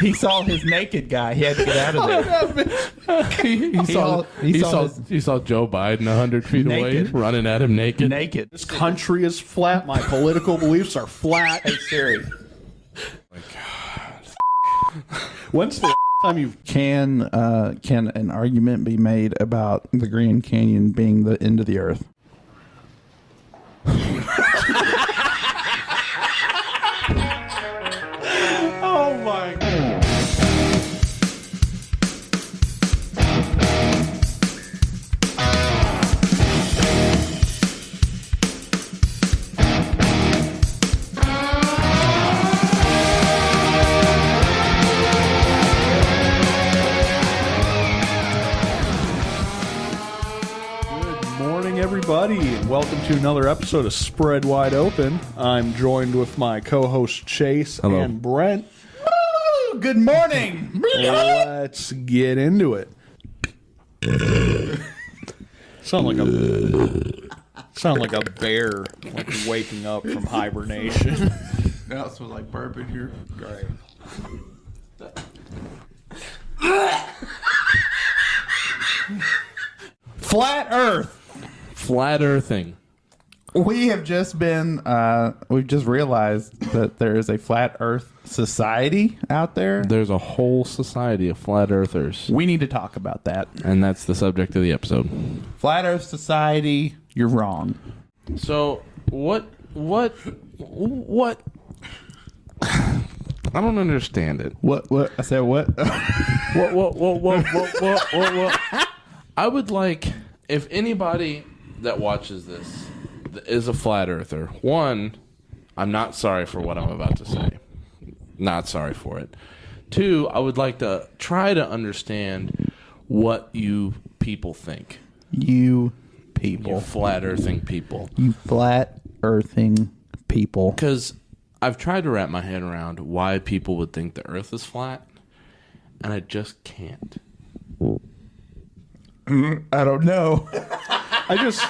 He saw his naked guy. He had to get out of there. He, he saw, all- he, he saw, saw he saw Joe Biden hundred feet away, Naked. running at him naked. Naked. This country is flat. My political beliefs are flat. Hey Siri. When's the time you've Can uh, can an argument be made about the Grand Canyon being the end of the Earth? Good morning, everybody, and welcome to another episode of Spread Wide Open. I'm joined with my co-host Chase Hello. and Brent. Ooh, good morning. Let's get into it. sound like a sound like a bear like waking up from hibernation. That smells like burp in here. Flat Earth. Flat earthing. We have just been uh, we've just realized that there is a flat Earth society out there. There's a whole society of flat earthers, We need to talk about that. and that's the subject of the episode. Flat Earth society. You're wrong. So what? What? What? I don't understand it. What? What? I said what? What? What? What? What? What? What? What? what? I would like if anybody that watches this th- is a flat earther. One, I'm not sorry for what I'm about to say. Not sorry for it. Two, I would like to try to understand what you people think. you You people. flat earthing people. You flat earthing people. because I've tried to wrap my head around why people would think the Earth is flat, and I just can't. I don't know. I just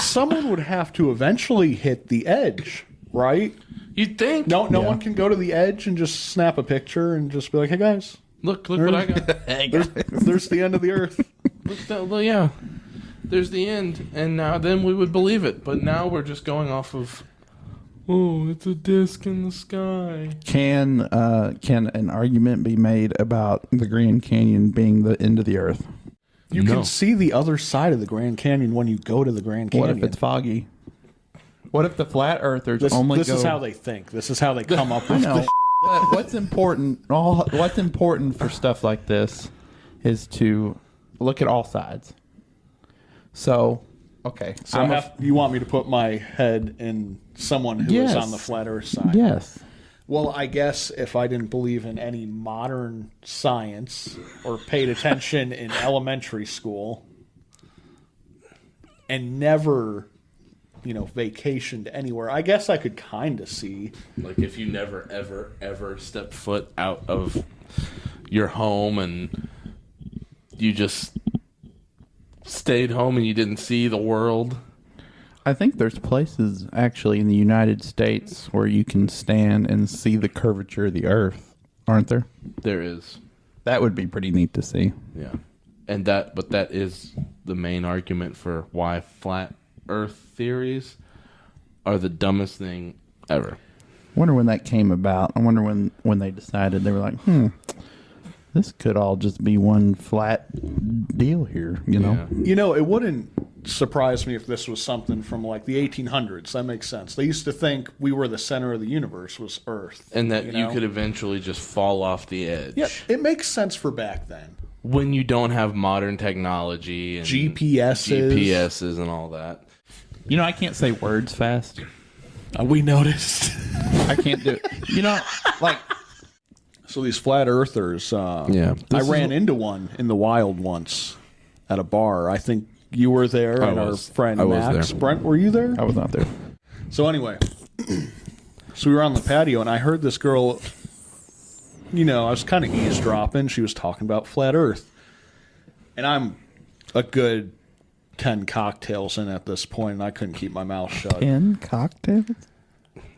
someone would have to eventually hit the edge, right? You'd think, No, no one can go to the edge and just snap a picture and just be like, "Hey guys, Look, look what I got. there's the end of the earth." look, that, well, yeah. There's the end, and now then we would believe it. But now we're just going off of, oh, it's a disc in the sky. Can uh, can an argument be made about the Grand Canyon being the end of the Earth? You No. can see the other side of the Grand Canyon when you go to the Grand Canyon. What if it's foggy? What if the flat earthers this, only this go? is how they think. This is how they come up I with know. but what's important? All what's important for stuff like this is to look at all sides. So, okay. So I'm a- if you want me to put my head in someone who is Yes. on the flat Earth side? yes. Well, I guess if I didn't believe in any modern science or paid attention in elementary school and never, you know, vacationed anywhere, I guess I could kind of see. Like if you never, ever, ever step foot out of your home and you just stayed home and you didn't see the world. I think there's places actually in the United States where you can stand and see the curvature of the Earth, aren't there? There is. That would be pretty neat to see. Yeah. And that but that is the main argument for why flat earth theories are the dumbest thing ever. Wonder when that came about. I wonder when when they decided they were like, hmm, this could all just be one flat deal here. You know, You know, it wouldn't surprise me if this was something from like the 1800s. That makes sense. They used to think we were the center of the universe was Earth. And that you, know? could eventually just fall off the edge. Yeah, it makes sense for back then. When you don't have modern technology and GPSs. GPSs and all that. you know, I can't say words fast. Uh, we noticed. I can't do it. You know, like So these flat earthers. Uh, Yeah. I ran into one in the wild once at a bar. I think you were there, I and was- our friend I was Max there. Brent. Were you there? I was not there. So anyway, so we were on the patio, and I heard this girl. You know, I was kind of eavesdropping. She was talking about flat Earth, and I'm a good ten cocktails in at this point, and I couldn't keep my mouth shut. Ten cocktails.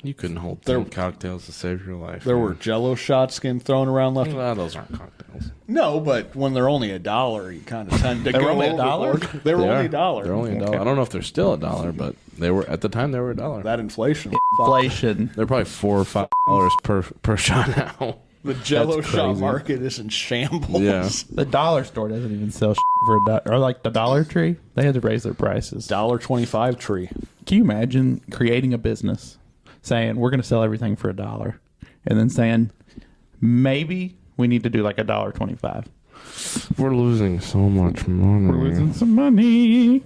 You couldn't hold There- three cocktails to save your life. There man. were Jello shots getting thrown around left. Nah, those aren't cocktails. No, but when they're only a dollar, you kind of tend to They were go only a dollar? overboard. They were They only are. a dollar. They're only a dollar. I don't know if they're still a dollar, but they were at the time they were a dollar. That inflation. Inflation. They're probably four or five dollars per per shot now. The Jello That's shot crazy. market is in shambles. Yeah. The dollar store doesn't even sell shit for a dollar. Or like the Dollar Tree, they had to raise their prices. Dollar twenty-five tree. Can you imagine creating a business saying we're going to sell everything for a dollar, and then saying maybe we need to do like a dollar twenty-five? We're losing so much money. We're some money.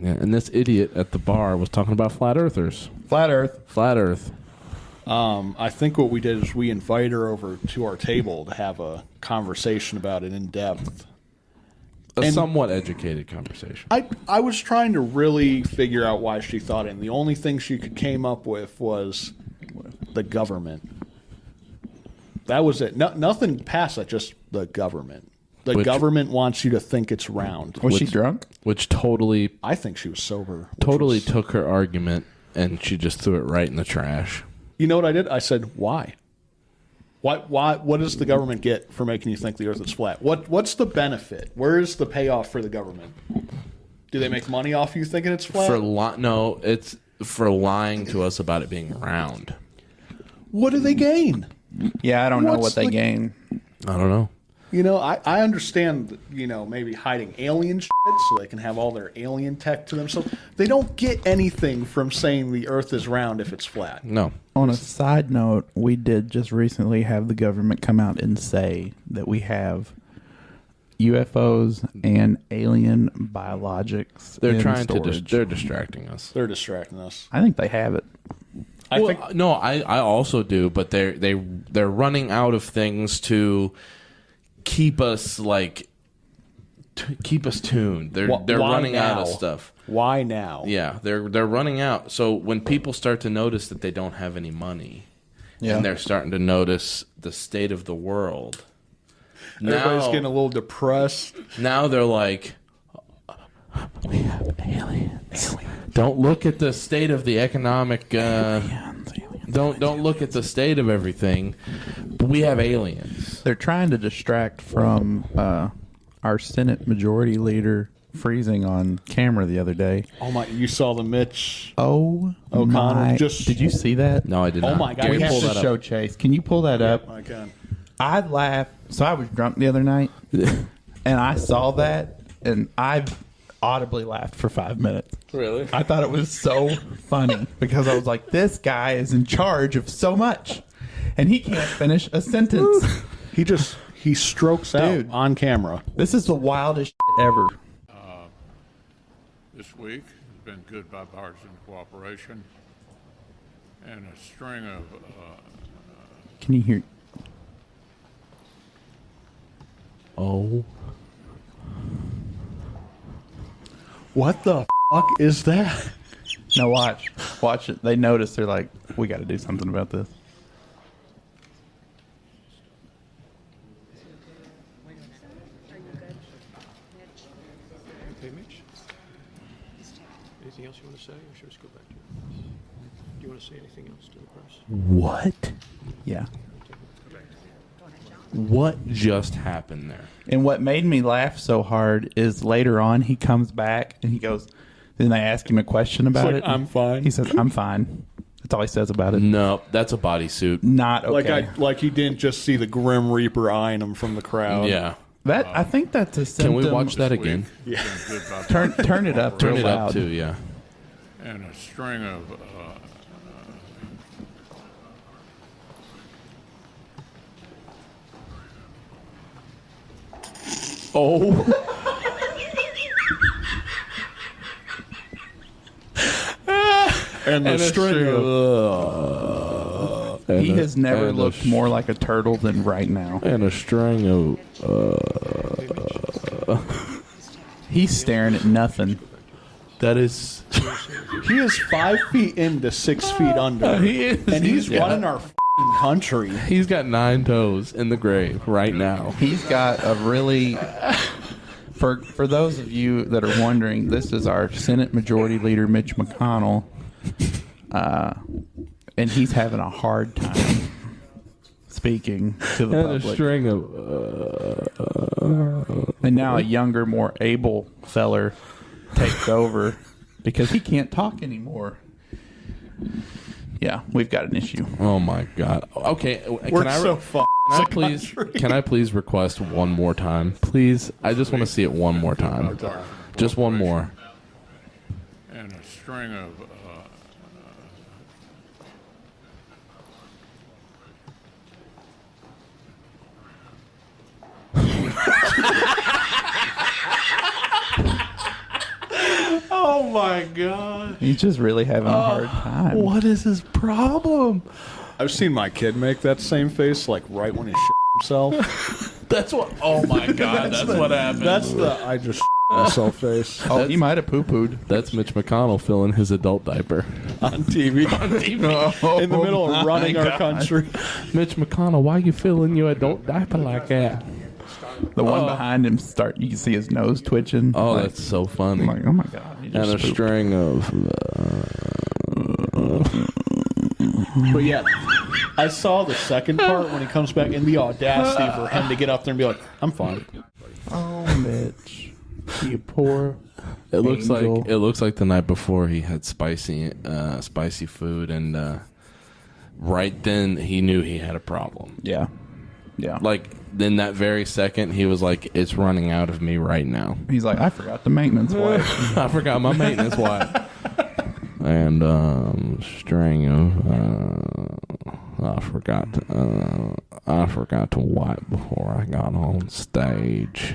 Yeah, and this idiot at the bar was talking about flat earthers. Flat Earth. Flat Earth. Um, I think what we did is we invited her over to our table to have a conversation about it in depth. A And- somewhat educated conversation. I I was trying to really figure out why she thought it, and the only thing she could came up with was the government. That was it. No, nothing past that. Just the government. The Which- government wants you to think it's round. Was she drunk? Which totally I think she was sober. which totally was- took her argument and she just threw it right in the trash. you know what I did? I said, "Why? Why? Why? What does the government get for making you think the Earth is flat? What? What's the benefit? Where is the payoff for the government? Do they make money off you thinking it's flat? For li- no, it's for lying to us about it being round. what do they gain? Yeah, I don't know What's what they the- gain. I don't know. You know, I, I understand, you know, maybe hiding alien shit so they can have all their alien tech to themselves. They don't get anything from saying the Earth is round if it's flat. No. On a side note, we did just recently have the government come out and say that we have UFOs and alien biologics. They're in trying to storage. dis- they're distracting us. They're distracting us. I think they have it. I well, think no, I, I also do, but they're they they're running out of things to keep us like t- keep us tuned. They're Wh- they're why running out of now? stuff. why now? Yeah, they're they're running out. So when people start to notice that they don't have any money, and they're starting to notice the state of the world, now, Everybody's getting a little depressed. now they're like, we have aliens. Don't look at the state of the economic. Uh, don't don't look at the state of everything. But we have aliens. They're trying to distract from uh, our Senate Majority Leader freezing on camera the other day. Oh my! You saw the Mitch? Oh, O'Connell my! just- did you see that? No, I did Oh not. my God, Gary we have pull Pull to that that up. show, Chase. Can you pull that up? My God! I laughed. So I was drunk the other night, and I saw that, and I audibly laughed for five minutes. Really? I thought it was so funny because I was like, "This guy is in charge of so much, and he can't finish a sentence." He just he strokes Dude. out on camera. this is the wildest shit ever. This week has been good bipartisan cooperation and a string of uh, Can you hear? Oh, What the fuck is that? No, watch, watch it. They notice. They're like, "We got to do something about this." Okay, Mitch? Anything else you want to say, or should we just go back to your press? Do you want to say anything else to the press? what? Yeah. What just happened there? And what made me laugh so hard is later on he comes back and he goes, then they ask him a question about like, it. "I'm fine." He says, I'm fine. That's all he says about it. No, that's a bodysuit. Not okay. Like I like he didn't just see the Grim Reaper eyeing him from the crowd. Yeah. that I think that's a Can symptom. we watch that again? week has been good Turn bipartisan turn it up. Turn real it loud. up too. Yeah. and a string of uh, Oh. And the string of uh, He has never and a looked sh- more like a turtle than right now. and a string of He's staring at nothing. that is He is five feet into six feet under. He is. And he's Yeah. running our fing country. he's got nine toes in the grave right now. He's got a really for for those of you that are wondering, this is our Senate Majority Leader Mitch McConnell. Uh, and he's having a hard time speaking to the And a public. string of. uh, And now a younger, more able feller takes over because he can't talk anymore. Yeah, we've got an issue. oh my god. Okay, uh, We're can I, so fucked. can I please can I please request one more time, please? I just want to see it one more time, just one more. and a string of uh, Oh my god. He's just really having Oh, a hard time. What is his problem? I've seen my kid make that same face, like right when he shit himself. That's what. Oh my god. that's, what happened. That's the I just shit myself face Oh, he might have poo pooed. That's Mitch McConnell filling his adult diaper. on TV in the middle Oh of running our country. Mitch McConnell, why you filling your adult diaper like that? The one behind him start. You can see his nose twitching. Oh, like, that's so funny. like oh my god. he and just a pooped. string of. But yeah, I saw the second part when he comes back and the audacity for him to get up there and be like, "I'm fine." oh, Mitch, you poor. it looks Angel. like it looks like the night before he had spicy uh, spicy food, and uh, right then he knew he had a problem. Yeah, yeah. Like then that very second, he was like, "It's running out of me right now." he's like, I forgot the maintenance wife. I forgot my maintenance wife. And um, string of uh, I forgot uh, I forgot to wipe before I got on stage.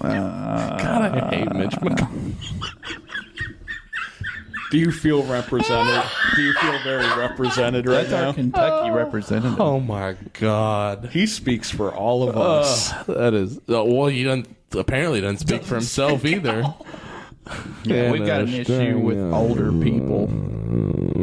God, I hate Mitch McConnell. Do you feel represented? Do you feel very represented right That's our now? Kentucky representative. Oh my God, he speaks for all of us. that is uh, well. You don't apparently doesn't speak for himself either. Yeah, we've got an issue with older people.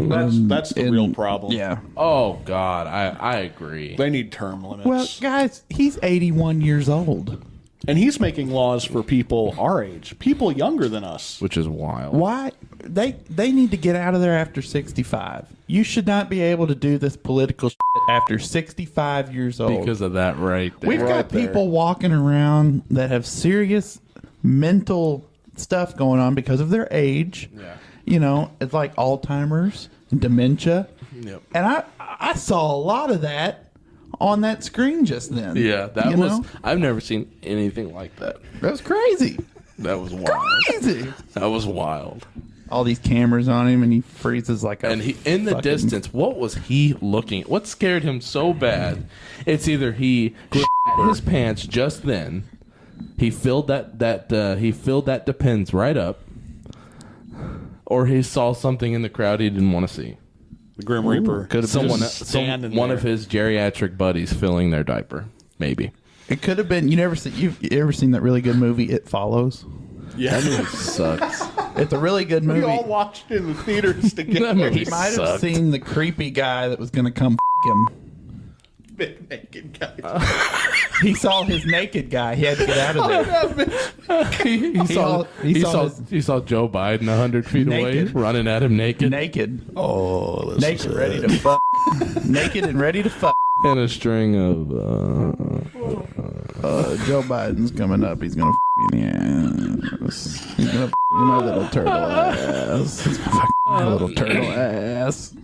that's that's the in- real problem. Yeah. Oh God, I I agree. They need term limits. Well, guys, he's 81 years old. and he's making laws for people our age, people younger than us. Which is wild. Why they they need to get out of there after 65. You should not be able to do this political shit after 65 years old. Because of that, right there. We've got people walking around that have serious mental stuff going on because of their age. Yeah. You know, it's like Alzheimer's, dementia. Yep. And I I saw a lot of that on that screen just then. Yeah, that You was. know? I've never seen anything like that. that was crazy. That was wild. Crazy. That was wild. All these cameras on him and he freezes like a And he, in the fucking- distance, what was he looking? What scared him so bad? It's either he shit his pants just then. He filled that that uh, he filled that depends right up, or he saw something in the crowd he didn't want to see. The Grim Reaper. Could have someone, Just some, standing one there. of his geriatric buddies filling their diaper, maybe. It could have been you never seen you've you ever seen that really good movie It Follows? That movie sucks. It's a really good movie. We all watched in the theaters That together. movie He might have sucked. seen the creepy guy that was going to come f- him. Big naked guy. He saw his naked guy. He had to get out of there. he, he saw, all- he he saw saw, his- he saw Joe Biden a hundred feet away Naked. running at him naked naked. Oh, naked, ready to fuck. naked and ready to fuck. in a string of uh, Uh, Joe Biden's coming up. He's gonna f- you in the ass. He's gonna f- you my little turtle ass. He's gonna f- my little turtle ass.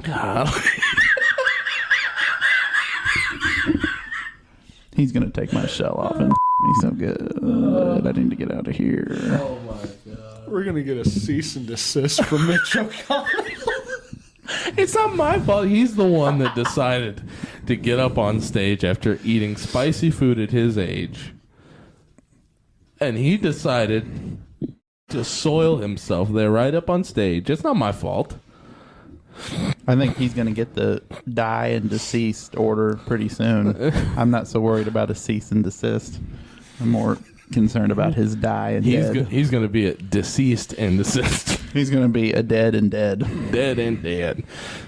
He's gonna take my shell off and f- me so good. I need to get out of here. We're gonna get a cease and desist from Mitch O'Connell. it's not my fault he's the one that decided to get up on stage after eating spicy food at his age and he decided to soil himself there right up on stage it's not my fault I think he's going to get the die and deceased order pretty soon. I'm not so worried about a cease and desist. I'm more concerned about his die and he's, dead. go- he's gonna be a deceased and desist He's going to be a dead and dead. dead and dead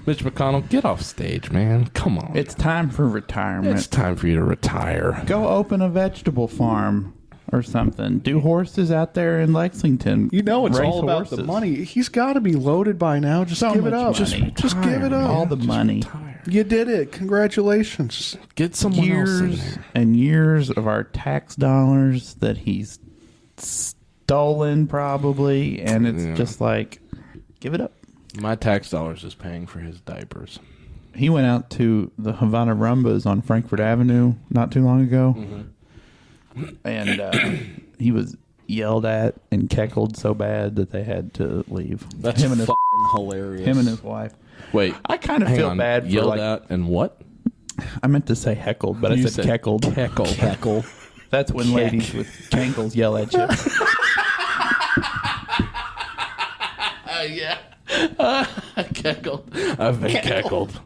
mitch mcconnell get off stage man come on It's time for retirement. It's time for you to retire. go open a vegetable farm. or something. Do horses out there in Lexington? You know it's race all about the horses? money. He's got to be loaded by now. Just So give it much up. Just, money. just give it up. All the money, you did it. Congratulations. Get someone else in years there. and years of our tax dollars that he's stolen, probably, and it's Yeah. just like, give it up. My tax dollars is paying for his diapers. he went out to the Havana Rumbas on Frankfurt Avenue not too long ago, and uh, he was yelled at and cackled so bad that they had to leave. That's him and his, f***ing hilarious. him and his wife. Wait, I kind of hang feel on. bad for Yelled like out and what? I meant to say heckled, but I You said, said cackled. Heckle. Heckle. That's when ladies with cankles yell at you. yeah. cackled. I've been cackled.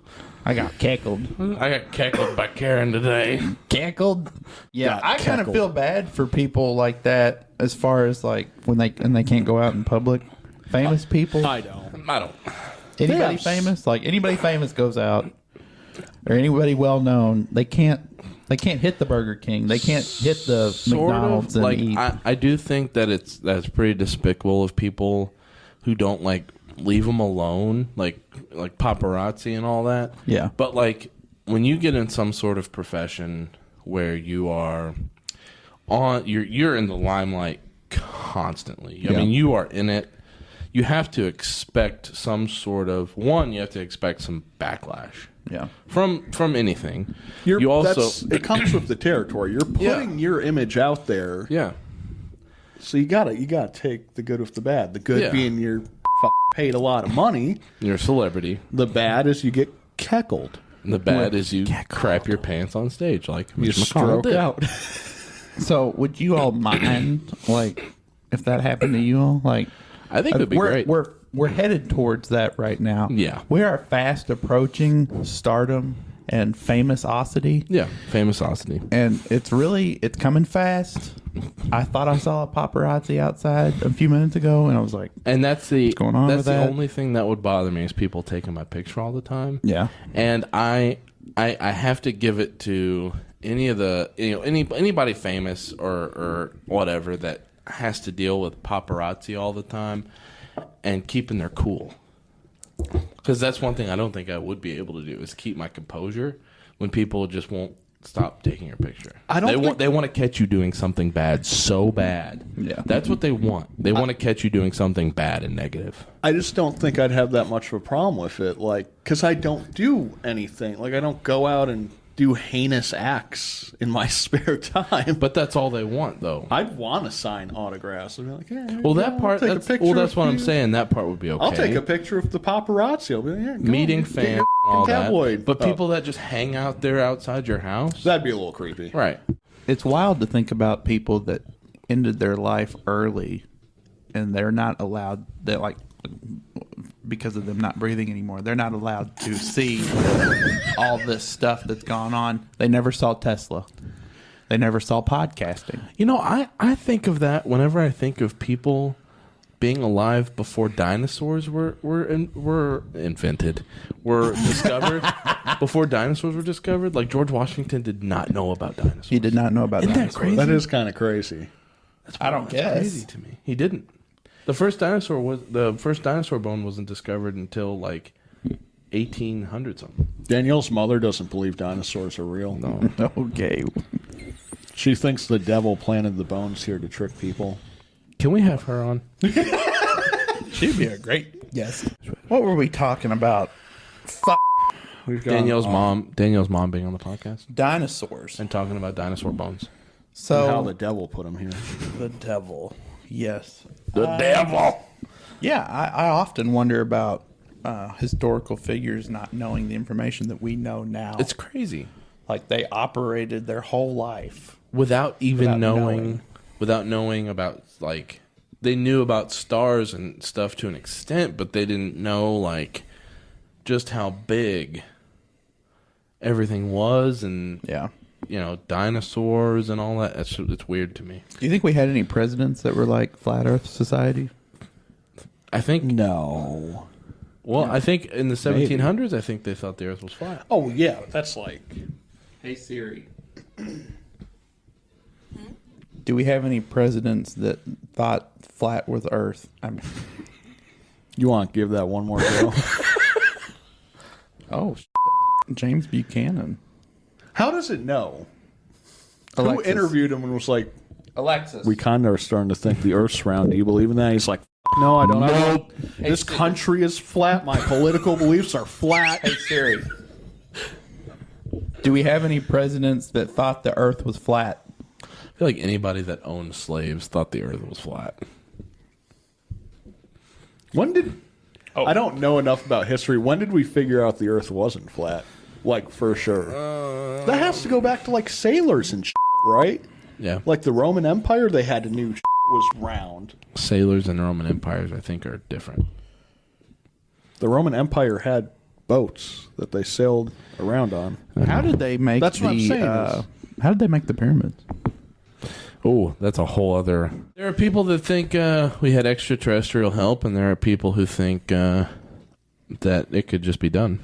I got cackled. I got cackled by Karen today. Cackled. Yeah, Got I kind of cackled. feel bad for people like that as far as like when they and they can't go out in public. Famous people. I don't. I don't. anybody Yes. famous like anybody famous goes out or anybody well known they can't they can't hit the burger king they can't hit the Sort mcdonald's and of. Like eat I, I do think that it's that's pretty despicable of people who don't like leave them alone, like like paparazzi and all that. Yeah. But like when you get in some sort of profession where you are on you're you're in the limelight constantly. I mean, you are in it. You have to expect some sort of one. You have to expect some backlash yeah from from anything. You're, you that's, also it comes with the territory. You're putting your image out there, yeah so you got to you got to take the good with the bad. The good Yeah. being you're f- paid a lot of money. you're a celebrity. The bad is you get heckled. The bad is you crap your pants on stage like You Mitch McConnell stroke did. out. so would you all mind like if that happened to you all like I think it would be we're, great. we're we're headed towards that right now Yeah. we are fast approaching stardom and famousosity yeah, famousosity. and it's really it's coming fast i thought i saw a paparazzi outside a few minutes ago and i was like And that's the going on that's with the that? only thing that would bother me is people taking my picture all the time. Yeah. And I I I have to give it to any of the you know any anybody famous or or whatever that has to deal with paparazzi all the time and keeping their cool. Cuz that's one thing I don't think I would be able to do is keep my composure when people just won't stop taking your picture. I don't they think- want they want to catch you doing something bad so bad. Yeah. That's what they want. They want to catch you doing something bad and negative. I just don't think I'd have that much of a problem with it, like because I don't do anything. Like I don't go out and do heinous acts in my spare time. But But that's all they want, though. I'd want to sign autographs. I'd be like, yeah. Well, yeah, that I'll part. take a That's, picture well, that's with what I'm you. saying. That part would be okay. I'll take a picture of the paparazzi. I'll be like, yeah, go meeting on, get fan your all tabloid. that. But Oh, people that just hang out there outside your house, that'd be a little creepy. right? it's wild to think about people that ended their life early and they're not allowed they're like because of them not breathing anymore they're not allowed to see all this stuff that's gone on they never saw tesla they never saw podcasting You know, I I think of that whenever I think of people being alive before dinosaurs were were in, were invented, were discovered. before dinosaurs were discovered, like George Washington did not know about dinosaurs. he did not know about Isn't that dinosaurs. crazy? That is kind of crazy. i don't guess crazy to me. He didn't. The first dinosaur was the first dinosaur bone wasn't discovered until like eighteen hundred something. Danielle's mother doesn't believe dinosaurs are real. No, okay she thinks the devil planted the bones here to trick people. Can we have her on? she'd be a great yes what were we talking about Fuck We've got Danielle's mom. Danielle's mom being on the podcast dinosaurs Uh, and talking about dinosaur bones. so how the devil put him here. the devil yes The devil. Yeah, I, I often wonder about uh, historical figures not knowing the information that we know now. It's crazy. like they operated their whole life. Without even Without knowing, knowing. without knowing about like they knew about stars and stuff to an extent, but they didn't know like just how big everything was and Yeah. you know dinosaurs and all that. That's it's weird to me. Do you think we had any presidents that were like flat Earth society? I think No. well, I think in the 1700s, I think they thought the Earth was flat. Oh yeah, but that's like Hey Siri. Do we have any presidents that thought flat was Earth? I'm, You want to give that one more go? oh, James Buchanan. How does it know? Alexis. Who interviewed him and was like, Alexis. "We kind of are starting to think the Earth's round. Do you believe in that?" He's like, "No, I don't. I don't. Nope. This country is flat. My political beliefs are flat." Hey Siri. Do we have any presidents that thought the Earth was flat? I feel like anybody that owned slaves thought the earth was flat. When did? I don't know enough about history. When did we figure out the Earth wasn't flat? Like for sure. that has to go back to like sailors and shit, right? Yeah. Like the Roman Empire, they had a new shit was round. sailors and Roman empires, I think, are different. The Roman Empire had boats that they sailed around on. How did they make That's the? what I'm saying is- uh, how did they make the pyramids? Oh, that's a whole other. There are people that think uh, we had extraterrestrial help, and there are people who think uh, that it could just be done.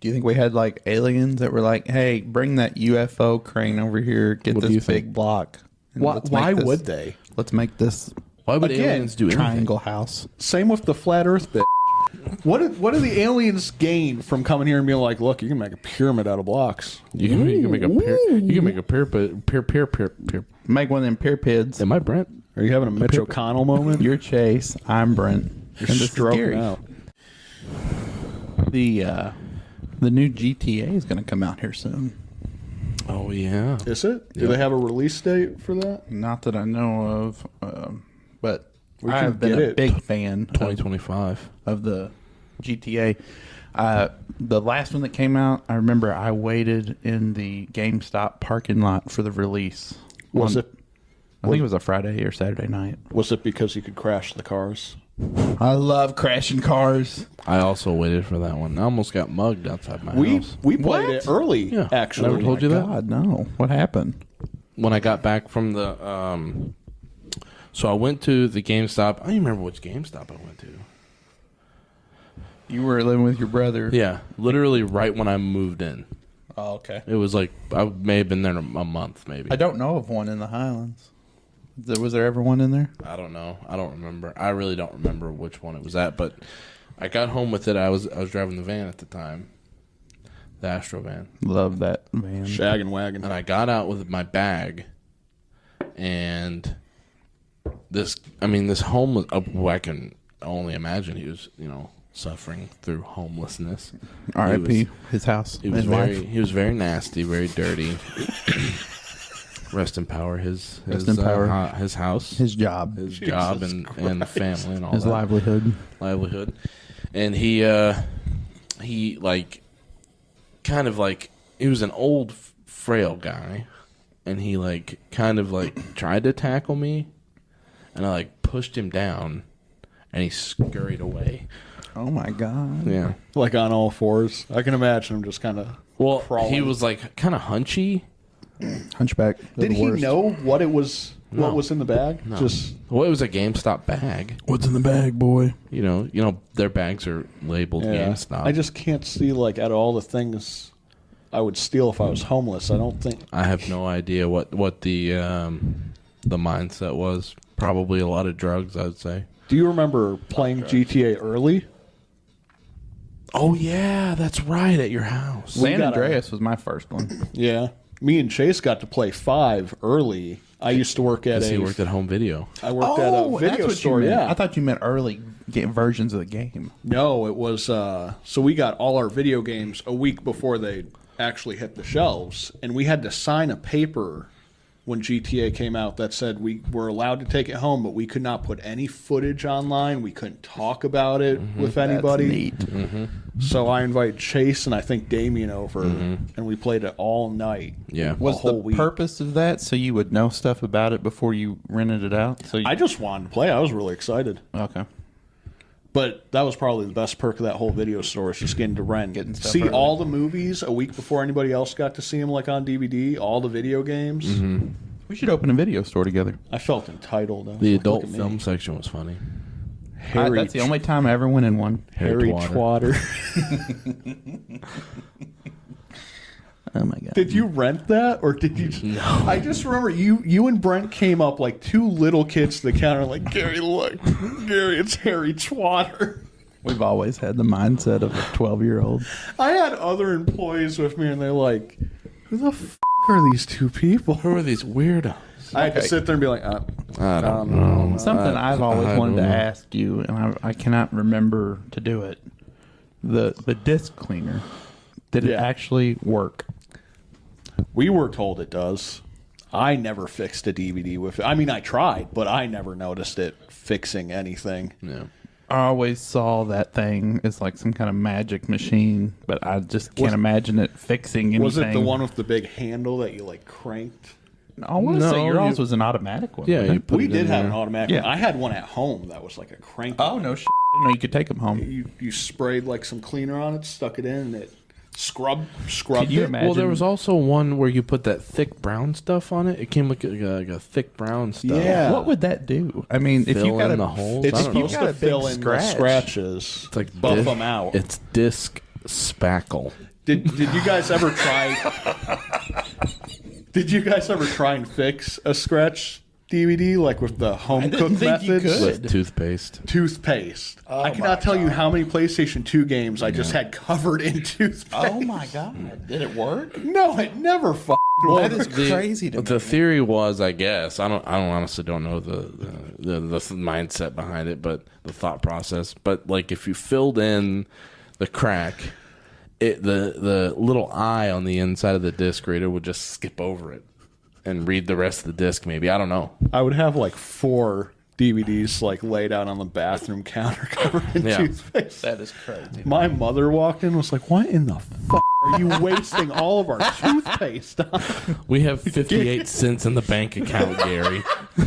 Do you think we had like aliens that were like, "Hey, bring that UFO crane over here, get What do you this think? big block"? and Why, let's make why this- would they? Let's make this Why would Again, aliens do anything? triangle house. Same with the flat Earth bit. What do, what do the aliens gain from coming here and being like, look, you can make a pyramid out of blocks? You can, you can make a pyra- you can make a pyramid. Pyr, pyr, pyr, pyr. Make one of them pier pids. Am I Brent? Are you having a Mitch O'Connell moment? You're Chase. I'm Brent. You're and this is Gary. stroking out. The uh, the new GTA is going to come out here soon. Oh yeah. Is it? Do they have a release date for that? Not that I know of, um, but can I've been get a it. big fan Twenty of, twenty five. of the GTA. Uh, the last one that came out, I remember I waited in the GameStop parking lot for the release. Was on- it I think it was a Friday or Saturday night. was it because you could crash the cars? I love crashing cars. I also waited for that one. I almost got mugged outside my We house. we played What? it early, Yeah. actually. Never told you that. God, no. What happened? when I got back from the um so I went to the GameStop. I don't even remember which GameStop I went to. You were living with your brother. Yeah, literally right when I moved in. Oh, okay. It was like I may have been there a month, maybe. I don't know of one in the Highlands. There- Was there ever one in there? I don't know. I don't remember. I really don't remember which one it was at, but I got home with it. I was I was driving the van at the time, the Astro van, Love that man. Shaggin' wagon. and I got out with my bag, and this. I mean, this homeless. uh, well, I can only imagine he was, you know, suffering through homelessness. He R.I.P. was- His house. He was his wife. very he was very nasty, very dirty. Rest in power his his Rest in uh, power. ho- his house his job, his his, job and and family and all that. livelihood. livelihood. And he uh he like kind of like he was an old frail guy and he like kind of like tried to tackle me and I like pushed him down and he scurried away. Oh my god! Yeah. Like on all fours. I can imagine him just kind of. Well, Crawling. he was like kind of hunchy. Hunchback. Did he know what it was? What was in the bag? Just Well, it was a GameStop bag. what's in the bag, boy? You know, you know their bags are labeled yeah. GameStop. I just can't see like out of all the things I would steal if I was homeless. I don't think I have no idea what what the um, the mindset was. Probably a lot of drugs, I'd say. Do you remember playing GTA early? Oh yeah, that's right at your house. San got a- Andreas was my first one. Yeah. Me and Chase got to play five early. I used to work at Because he a. worked at Home Video. I worked at a video Oh, store. you meant. Yeah. I thought you meant early ga- versions of the game. no, it was. Uh, so we got all our video games a week before they actually hit the shelves, and we had to sign a paper when GTA came out that said we were allowed to take it home, but we could not put any footage online. We couldn't talk about it with anybody. That's neat. So I invite Chase and I think Damien over, and we played it all night. Yeah. A Was the whole week. purpose of that so you would know stuff about it before you rented it out? So you, I just wanted to play. I was really excited. okay. But that was probably the best perk of that whole video store is just getting to rent. Getting stuff see early. all the movies a week before anybody else got to see them, like on DVD, all the video games. Mm-hmm. We should open a video store together. I felt entitled. I was The like, adult look at me. film section was funny. I, Harry, that's the only time I ever went in one. Harry Harry Twatter. Twatter. Oh my god. Did you rent that, or did you? Just, I just remember you. You and Brent came up like two little kids to the counter, like Gary, look, Gary, it's Harry Twatter. We've always had the mindset of a 12 year old. I had other employees with me, and they're like, "Who the f- are these two people?" Who are these weirdos? I had to sit there and be like, uh, I don't um, know. Something I- I've always I wanted to don't know. ask you, and I, I cannot remember to do it. The the disc cleaner, did it Yeah. actually work? "We were told it does." I never fixed a DVD with. I mean, I tried, but I never noticed it fixing anything. No. I always saw that thing as like some kind of magic machine, but I just can't Was- imagine it fixing anything. Was it the one with the big handle that you like cranked? I want to say No, yours you- was an automatic one. Yeah, wasn't you it? put we it did in have an there. automatic. Yeah. I had one at home that was like a crank. Oh no, sh- no, you could take them home. you you sprayed like some cleaner on it, stuck it in, and it scrubbed scrubbed Could you it. imagine? Well, there was also one where you put that thick brown stuff on it. It came like a, like a thick brown stuff. Yeah. What would that do? I mean, if you Fill got in a, the holes. It's I don't know. supposed got a to big fill in the scratch. scratches. It's like buff dis- them out. It's disc spackle. Did did you guys ever try? did you guys ever try and fix a scratch DVD like with the home didn't cook think you methods? could. Oh With toothpaste. Toothpaste. I cannot tell you how many PlayStation 2 games I just had covered in toothpaste. Oh my god! Did it work? No, it never f- That is crazy to the me. theory was, I guess, I don't, I don't honestly don't know the the, the the mindset behind it, but the thought process. But like, if you filled in the crack, it the the little eye on the inside of the disc reader would just skip over it and read the rest of the disc. Maybe I don't know. I would have like four DVDs like laid out on the bathroom counter covered in Yeah. toothpaste. That is crazy. My mother walked in and was like, What in the f are you wasting all of our toothpaste on? We have fifty eight cents in the bank account, Gary.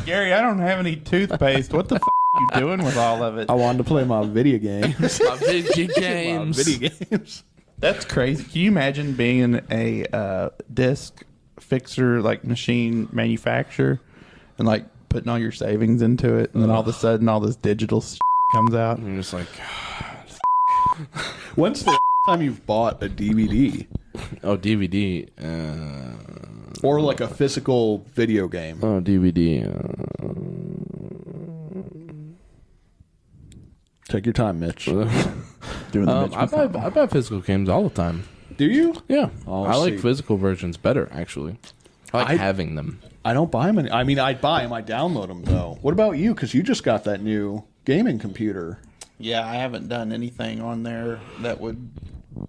Gary, I don't have any toothpaste. What the f are you doing with all of it? I wanted to play my video games. My video games. video games. That's crazy. Can you imagine being a uh, disc fixer, like machine manufacturer, and like putting all your savings into it, and then all of a sudden all this digital s comes out? I'm just like, When's the time you've bought a DVD oh DVD, uh, or like a physical video game? oh DVD. Uh, Take your time, Mitch. Doing the um, I buy I buy physical games all the time. Do you? Yeah, Oh, I like see. physical versions better. Actually, I like I- having them. I don't buy them. Any- I mean, I buy them. I download them though. What about you? Because you just got that new gaming computer. Yeah, I haven't done anything on there that would.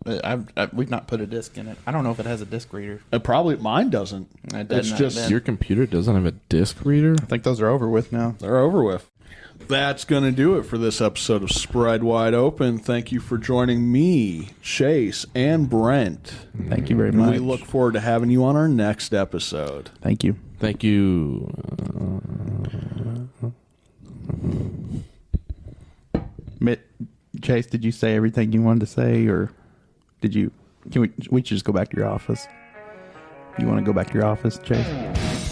uh, I've, i we've not put a disc in it. I don't know if it has a disc reader. Uh, probably mine doesn't. It does it's not, just man. Your computer doesn't have a disc reader. I think those are over with now. they're over with. That's going to do it for this episode of Spread Wide Open. Thank you for joining me, Chase, and Brent. Thank you very much. We look forward to having you on our next episode. Thank you. Thank you. Mitt, Chase, did you say everything you wanted to say, or did you? Can we? We should just go back to your office. You want to go back to your office, Chase?